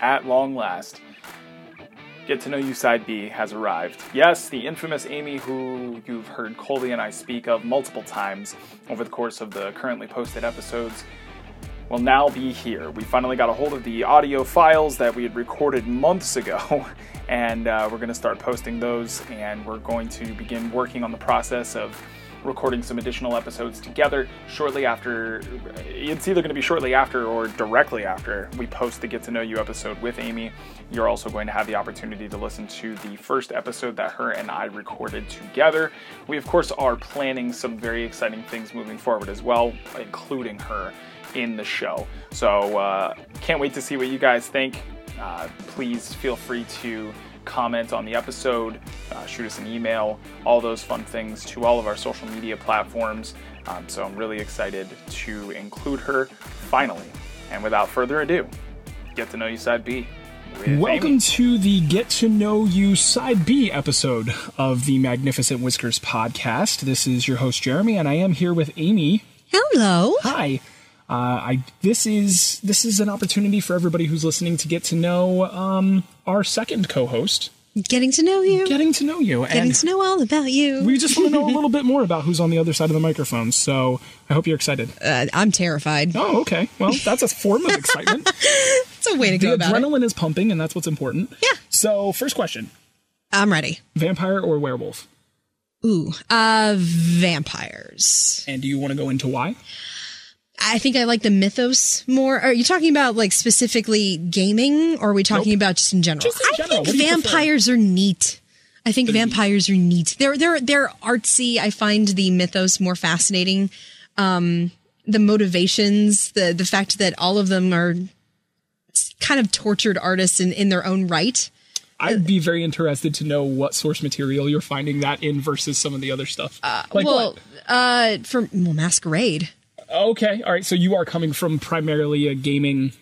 at long last, Get to Know You Side B has arrived. Yes, the infamous Amy, who you've heard Coley and I speak of multiple times over the course of the currently posted episodes, will now be here. We finally got a hold of the audio files that we had recorded months ago, and uh, we're going to start posting those, and we're going to begin working on the process of recording some additional episodes together shortly after it's either going to be shortly after or directly after we post the get to know you episode with amy you're also going to have the opportunity to listen to the first episode that her and i recorded together we of course are planning some very exciting things moving forward as well including her in the show so uh, can't wait to see what you guys think uh, please feel free to comment on the episode, uh, shoot us an email, all those fun things to all of our social media platforms. Um, so I'm really excited to include her finally. And without further ado, get to know you side B. with Welcome Amy. to the Get to Know You Side B episode of the Magnificent Whiskers podcast. This is your host Jeremy, and I am here with Amy. Hello. Hi. Uh, I this is this is an opportunity for everybody who's listening to get to know um, our second co-host, Getting to know you. getting to know you, Getting and to know all about you. we just want to know a little bit more about who's on the other side of the microphone. So I hope you're excited. uh, I'm terrified. Oh, okay. Well, that's a form of excitement. It's a way to go the about it. adrenaline is pumping, and that's what's important. Yeah. So first question: I'm ready. vampire or werewolf? Ooh, uh, vampires. And do you want to go into Uh, why? I think I like the mythos more. Are you talking about like specifically gaming, or are we talking about just in general? Just in general. I What do think you prefer? vampires are neat. I think vampires are neat. They're they're they're artsy. I find the mythos more fascinating. Um, the motivations, the the fact that all of them are kind of tortured artists in, in their own right. I'd be very interested to know what source material you're finding that in versus some of the other stuff. like well, uh, for well, masquerade. what? Okay, all right. So you are coming from primarily a gaming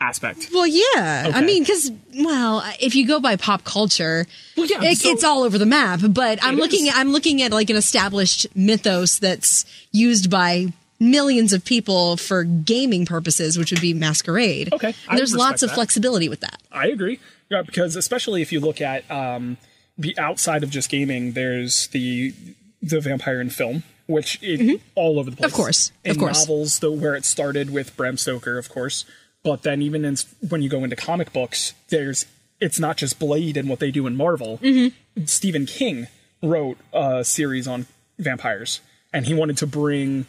aspect. Well, yeah. I Okay. mean, because well, if you go by pop culture, Well, yeah, it, so- it's all over the map. But I'm It looking, is. I'm looking at like an established mythos that's used by millions of people for gaming purposes, which would be masquerade. Okay, I and there's respect lots of that. flexibility with that. I agree. Yeah, because especially if you look at um, the outside of just gaming, there's the the vampire in film, which it, all over the place. course, in Mm-hmm. of course. novels, though, where it started with Bram Stoker, of course. But then even in, when you go into comic books, there's it's not just Blade and what they do in Marvel. Mm-hmm. Stephen King wrote a series on vampires, and he wanted to bring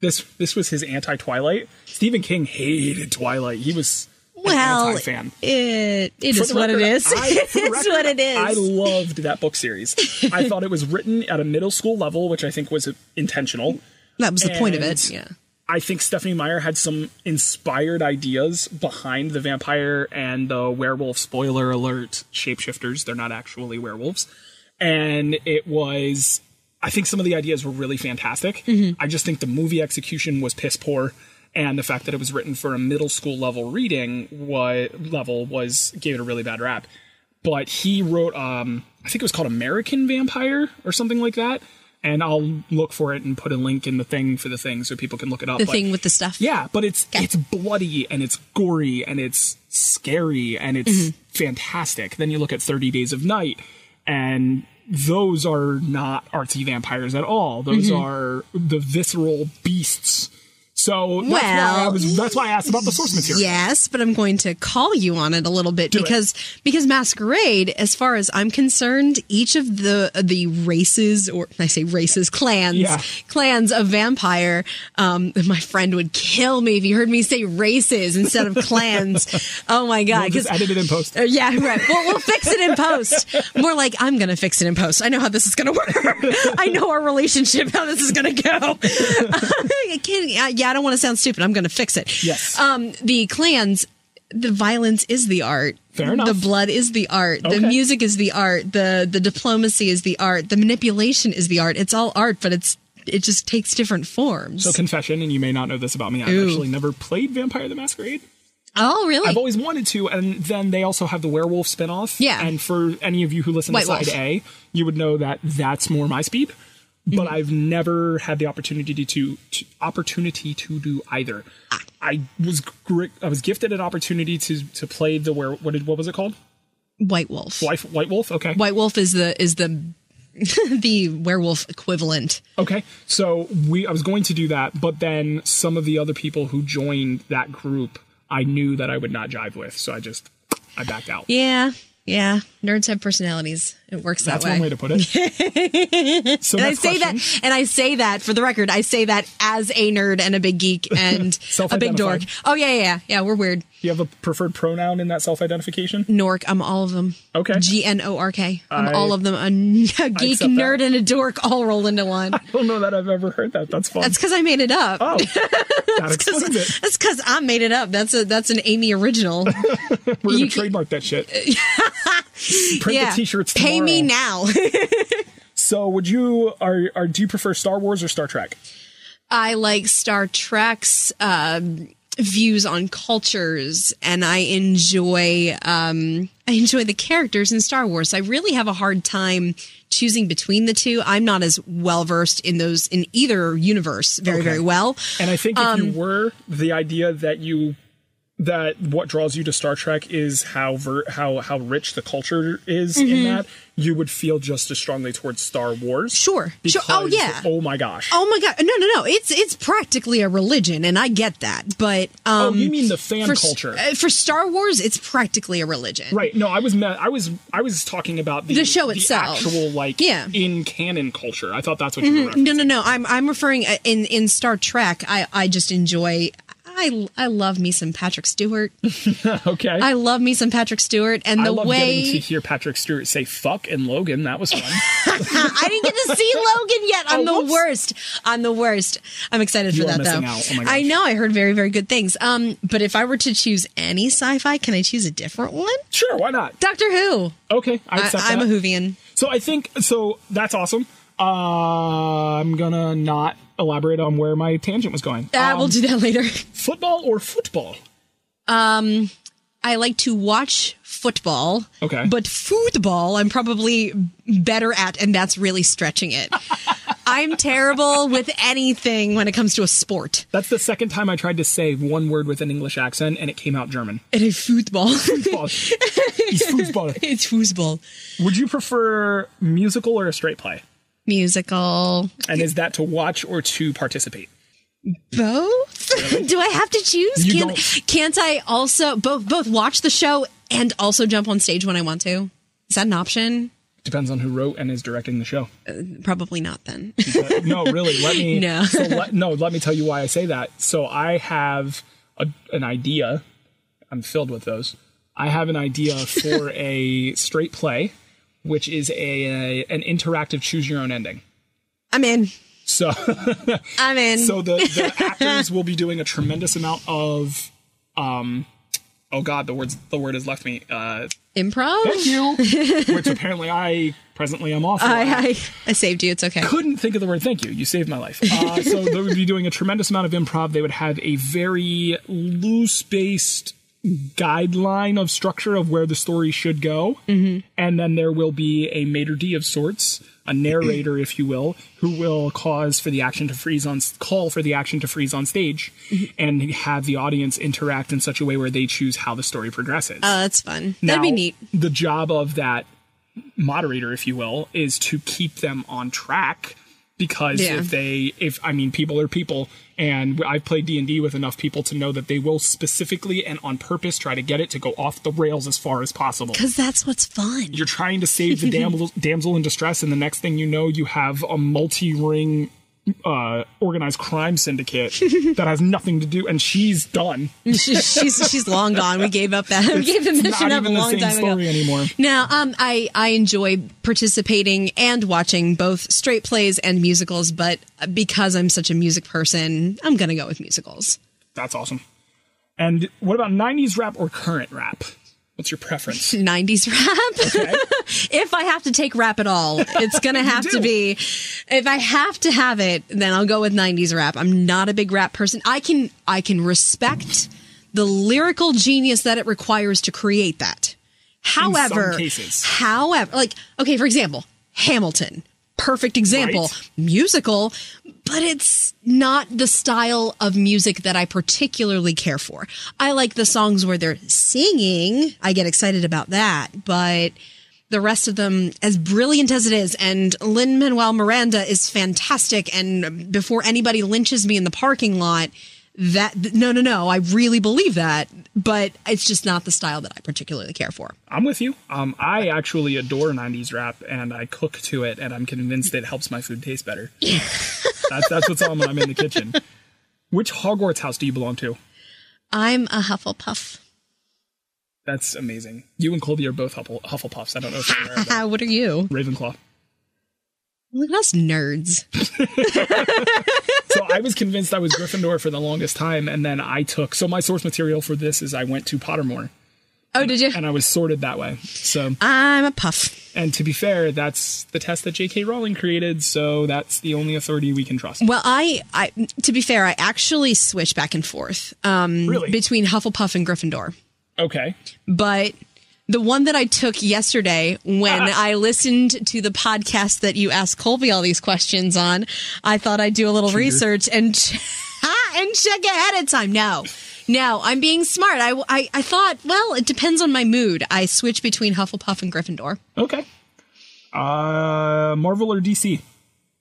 this. This was his anti-Twilight. Stephen King hated Twilight. He was an Well, anti-fan. it it For is the what it record, is. I- for the It's record, what it is. I loved that book series. I thought it was written at a middle school level, which I think was intentional. that was the point of and- it. Yeah. I think Stephanie Meyer had some inspired ideas behind the vampire and the werewolf. Spoiler alert: shapeshifters. They're not actually werewolves. And it was, I think some of the ideas were really fantastic. Mm-hmm. I just think the movie execution was piss poor, and the fact that it was written for a middle school level reading wa level was gave it a really bad rap but he wrote um I think it was called American Vampire or something like that. And I'll look for it and put a link in the thing for the thing so people can look it up. The but, thing with the stuff. Yeah, but it's it's bloody and it's gory and it's scary and it's fantastic. Then you look at Thirty Days of Night, and those are not artsy vampires at all. Those are the visceral beasts. So that's why I Well, was that's why I asked about the source material. Yes, but I'm going to call you on it a little bit it. because because masquerade, as far as I'm concerned, each of the the races or I say races clans Yeah. clans of vampire. Um, my friend would kill me if he heard me say races instead of clans. oh my god! We'll just 'cause- edit it in post. uh, yeah, right. We'll, we'll fix it in post. More like I'm gonna fix it in post. I know how this is gonna work. I know our relationship. How this is gonna go. I can't. I- yeah, I don't want to sound stupid. I'm gonna fix it. Yes. Um, the clans. The violence is the art. Fair enough. The blood is the art. Okay. The music is the art. The the diplomacy is the art. The manipulation is the art. It's all art, but it's it just takes different forms. So confession, and you may not know this about me. I've actually never played Vampire the Masquerade. oh, really? I've always wanted to, and then they also have the werewolf spinoff. Yeah. And for any of you who listen White to Side Wolf. A, you would know that that's more my speed. Mm-hmm. Ah. But I've never had the opportunity to, to opportunity to do either. I was gr- I was gifted an opportunity to to play the where what did what was it called? White Wolf. White, White Wolf. Okay. White Wolf is the is the the werewolf equivalent. Okay, so we I was going to do that, but then some of the other people who joined that group, I knew that I would not jive with, so I just I backed out. Yeah, yeah. Nerds have personalities. It works That's that way. one way to put it. so and I next say question. that, and I say that for the record. I say that as a nerd and a big geek and a big dork. Self-identified. Oh yeah, yeah, yeah, yeah. We're weird. Do you have a preferred pronoun in that self-identification? Nork. I'm all of them. Okay. G N O R K. I'm I- all of them. A, n- a geek, accept that. nerd, and a dork all rolled into one. I don't know that I've ever heard that. That's fun. That's because I made it up. oh, that explains it. That's because I made it up. That's a that's an Amy original. We're gonna you can- trademark that shit. Print yeah. the t-shirts. Tomorrow. Pay me now. So, would you are are do you prefer Star Wars or Star Trek? I like Star Trek's um, views on cultures, and I enjoy um, I enjoy the characters in Star Wars. I really have a hard time choosing between the two. I'm not as well versed in those in either universe very Okay. very well. And I think if Um, you were the idea that you that what draws you to Star Trek is how ver- how how rich the culture is Mm-hmm. in that, you would feel just as strongly towards Star Wars. Sure. Sure. Because, Oh, yeah. Oh my gosh. Oh my god! No, no, no! It's it's practically a religion, and I get that. But um, Oh, you mean the fan for s- culture? uh, for Star Wars, it's practically a religion. Right. No, I was mad. I was I was talking about the, The show itself. actual like Yeah. Mm-hmm. in canon culture. I thought that's what you were referencing. No, no, no. I'm I'm referring uh, in in Star Trek. I I just enjoy. I I love me some Patrick Stewart. Okay. I love me some Patrick Stewart, and I the love getting to way hear Patrick Stewart say "fuck" and Logan. That was fun. I didn't get to see Logan yet. I'm Oh, the whoops. worst. I'm the worst. I'm excited You for are that though. missing out. Oh my gosh. I know. I heard very very good things. Um, but if I were to choose any sci-fi, can I choose a different one? sure, why not? Doctor Who. Okay, I I, accept I'm that. a Whovian. So I think so. That's awesome. Uh, I'm gonna not elaborate on where my tangent was going. Um, Uh, we'll do that later. Football or football? I like to watch football. Okay. But football, I'm probably better at, and that's really stretching it. I'm terrible with anything when it comes to a sport. That's the second time I tried to say one word with an English accent, and it came out German. It is football. Football. it's football. it's football. Would you prefer musical or a straight play? Musical. And is that to watch or to participate? Both? Do I have to choose? You Can, don't. can't I also both both watch the show and also jump on stage when I want to? Is that an option? Depends on who wrote and is directing the show. Probably not then. Uh, no, really. Let me. No. so let, no. Let me tell you why I say that. So I have a, an idea. I'm filled with those. I have an idea for a straight play, which is a, an interactive choose your own ending. I'm in. So I'm in. so the, the actors will be doing a tremendous amount of um oh god the words the word has left me uh Improv? thank you which apparently I presently am off. I, I I saved you. It's okay. couldn't think of the word thank you. You saved my life. Uh, so they would be doing a tremendous amount of improv. They would have a very loose based guideline of structure of where the story should go. And then there will be a maitre d' of sorts, a narrator, if you will, who will cause for the action to freeze on call for the action to freeze on stage and have the audience interact in such a way where they choose how the story progresses. Oh, that's fun. That'd be Now, neat. The job of that moderator, if you will, is to keep them on track because Yeah. if they if I mean people are people and I've played D&D with enough people to know that they will specifically and on purpose try to get it to go off the rails as far as possible. Because that's what's fun. You're trying to save the damsel, damsel in distress and the next thing you know you have a multi-ring uh, organized crime syndicate that has nothing to do and she's done. she's, she's she's long gone. We gave up that. We gave the mission Not up a even the long same time ago. story anymore. Now, um, I I enjoy participating and watching both straight plays and musicals, but because I'm such a music person, I'm gonna go with musicals. That's awesome. And what about 90s rap or current rap? What's your preference? 90s rap. Okay. if I have to take rap at all, it's gonna have to do. be. If I have to have it, then I'll go with '90s rap. I'm not a big rap person. I can I can respect the lyrical genius that it requires to create that. However, cases. however, like okay, for example, Hamilton. perfect example Right. musical but it's not the style of music that i particularly care for i like the songs where they're singing i get excited about that but the rest of them as brilliant as it is and lynn manuel miranda is fantastic and before anybody lynches me in the parking lot that no no no i really believe that but it's just not the style that i particularly care for I'm with you. Um, I actually adore 90s rap and I cook to it and I'm convinced it helps my food taste better. that's, that's what's on when I'm in the kitchen. Which Hogwarts house do you belong to? i'm a hufflepuff That's amazing. You and Colby are both Huffle, Hufflepuffs. I don't know if you're aware of that. Ah, what are you Ravenclaw. Look at us nerds. So I was convinced I was Gryffindor for the longest time and then I took. So my source material for this is I went to Pottermore Oh, did you? and I was sorted that way. So I'm a puff. and to be fair, that's the test that J.K. Rowling created, so that's the only authority we can trust. Well, I, I to be fair, I actually switch back and forth um, Really? between Hufflepuff and Gryffindor. Okay. But the one that I took yesterday when I listened to the podcast that you asked Colby all these questions on, I thought I'd do a little research and ch- and check ahead of time. No. No, I'm being smart. I, I, I thought, well, it depends on my mood. I switch between Hufflepuff and Gryffindor. Okay. Uh, Marvel or DC?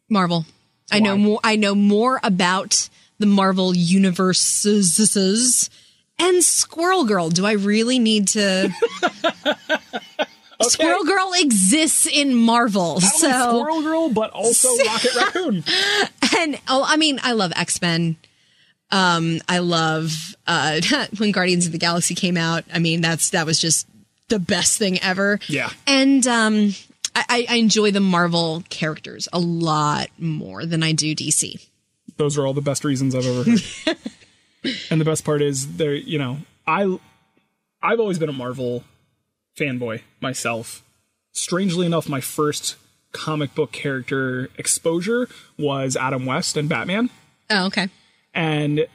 Marvel. I know more. I know more about the Marvel universes and Squirrel Girl. Do I really need to? Squirrel Girl exists in Marvel, Not only so Squirrel Girl, but also Rocket Raccoon. and oh, I mean, I love X Men. Um, I love uh, when Guardians of the Galaxy came out. I mean, that's that was just the best thing ever. Yeah. and um, I, I- I enjoy the Marvel characters a lot more than I do DC. Those are all the best reasons I've ever heard. and the best part is, they're you know, I, I've always been a Marvel fanboy myself. Strangely enough, my first comic book character exposure was Adam West and Batman. Oh, okay. and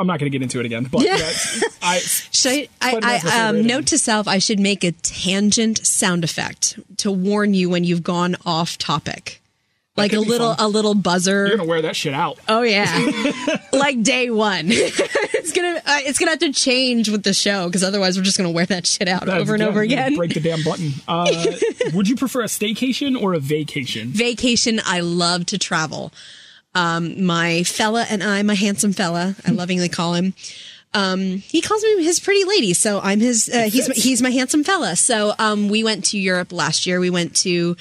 I'm not going to get into it again, but Yeah. that's- I, Should I, Spider-Man's I, my I favorite. um, note to self? I should make a tangent sound effect to warn you when you've gone off topic, like could a be little fun. a little buzzer. you're going to wear that shit out. oh yeah, like day one. it's gonna uh, it's gonna have to change with the show because otherwise we're just gonna wear that shit out That's- over and yeah, over you again. Break the damn button. Uh, would you prefer a staycation or a vacation? Vacation. I love to travel. Um, my fella and I, my handsome fella, I lovingly call him. Um, he calls me his pretty lady, so I'm his. Uh, he's he's my handsome fella. So um, we went to Europe last year. We went to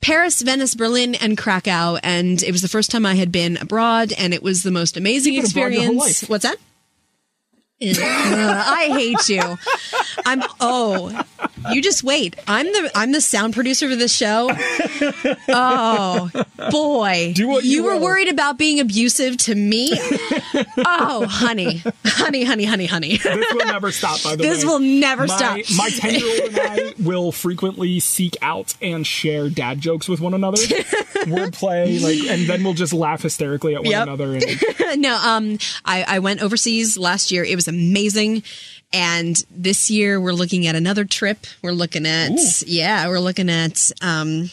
Paris, Venice, Berlin, and Krakow, and it was the first time I had been abroad, and it was the most amazing You've been abroad your experience. whole life. What's that? Ugh, I hate you. I'm oh, you just wait. I'm the I'm the sound producer for this show. Oh boy, Do what you were will. worried about being abusive to me. oh, honey, honey, honey, honey, honey. This will never stop, by the way. This will never my, stop. My 10 year old and I will frequently seek out and share dad jokes with one another. we'll play, like, and then we'll just laugh hysterically at one Yep. another. And no, um, I, I went overseas last year. It was amazing. And this year we're looking at another trip. We're looking at, yeah, we're looking at, um,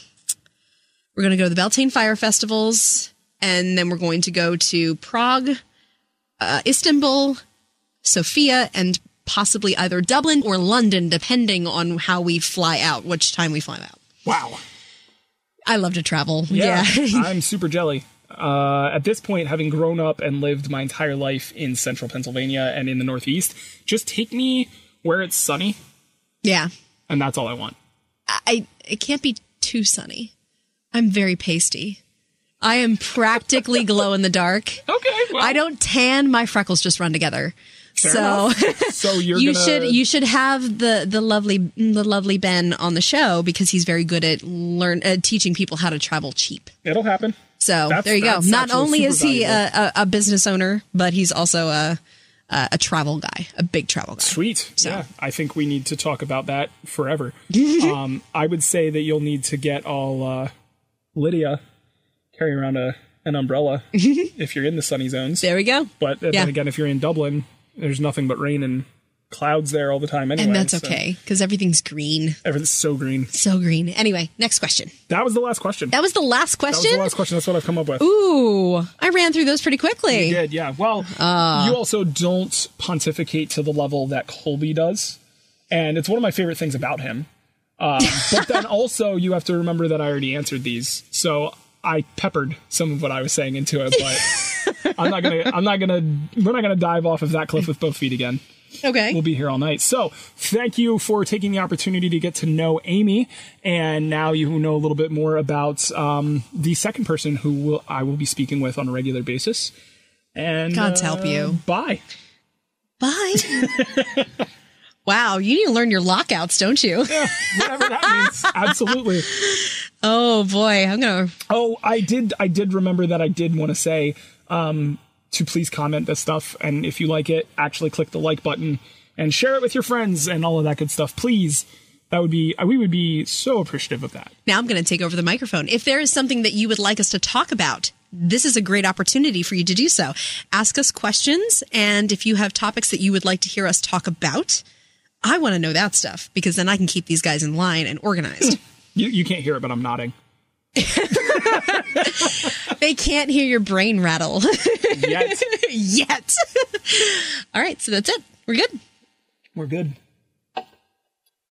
we're going to go to the Beltane Fire Festivals and then we're going to go to Prague, uh, Istanbul, Sofia, and possibly either Dublin or London, depending on how we fly out, which time we fly out. wow. I love to travel. Yeah, yeah. I'm super jelly. Uh, at this point, having grown up and lived my entire life in central Pennsylvania and in the Northeast, just take me where it's sunny, yeah. and that's all I want. I it can't be too sunny. I'm very pasty. I am practically glow in the dark. Okay, well, I don't tan, my freckles just run together. so So you're you gonna, should you should have the the lovely the lovely Ben on the show because he's very good at learn uh, teaching people how to travel cheap. it'll happen. So That's- there you go. that's Not actually only super is he a, valuable. a, a business owner, but he's also a a, a travel guy, a big travel guy. Sweet. Yeah, I think we need to talk about that forever. um, I would say that you'll need to get all uh, Lydia carry around a an umbrella if you're in the sunny zones. There we go. But Yeah. then again, if you're in Dublin, there's nothing but rain and clouds there all the time anyway. and that's so okay because everything's green. everything's so green. So green. Anyway, next question. That was the last question. That was the last That was question. the last question. That's what I've come up with. Ooh, I ran through those pretty quickly. You did, yeah. Well, Ah. you also don't pontificate to the level that Colby does, and it's one of my favorite things about him. Um, but then also, you have to remember that I already answered these, so I peppered some of what I was saying into it. But I'm not gonna, I'm not gonna, we're not gonna dive off of that cliff with both feet again Okay. we'll be here all night. So thank you for taking the opportunity to get to know Amy, and now you know a little bit more about um, the second person who will, I will be speaking with on a regular basis. And uh, God's help you. Bye. Bye. wow, you need to learn your lockouts, don't you? Whatever that means. Absolutely. Oh boy, I'm gonna. Oh, I did. I did remember that. I did want to say um, to please comment this stuff, and if you like it, actually click the like button and share it with your friends and all of that good stuff. Please, that would be. We would be so appreciative of that. Now I'm gonna take over the microphone. If there is something that you would like us to talk about. This is a great opportunity for you to do so. Ask us questions, and if you have topics that you would like to hear us talk about, I want to know that stuff because then I can keep these guys in line and organized. You, you can't hear it, but I'm nodding. they can't hear your brain rattle Yet. yet. All right, so that's it. We're good. We're good.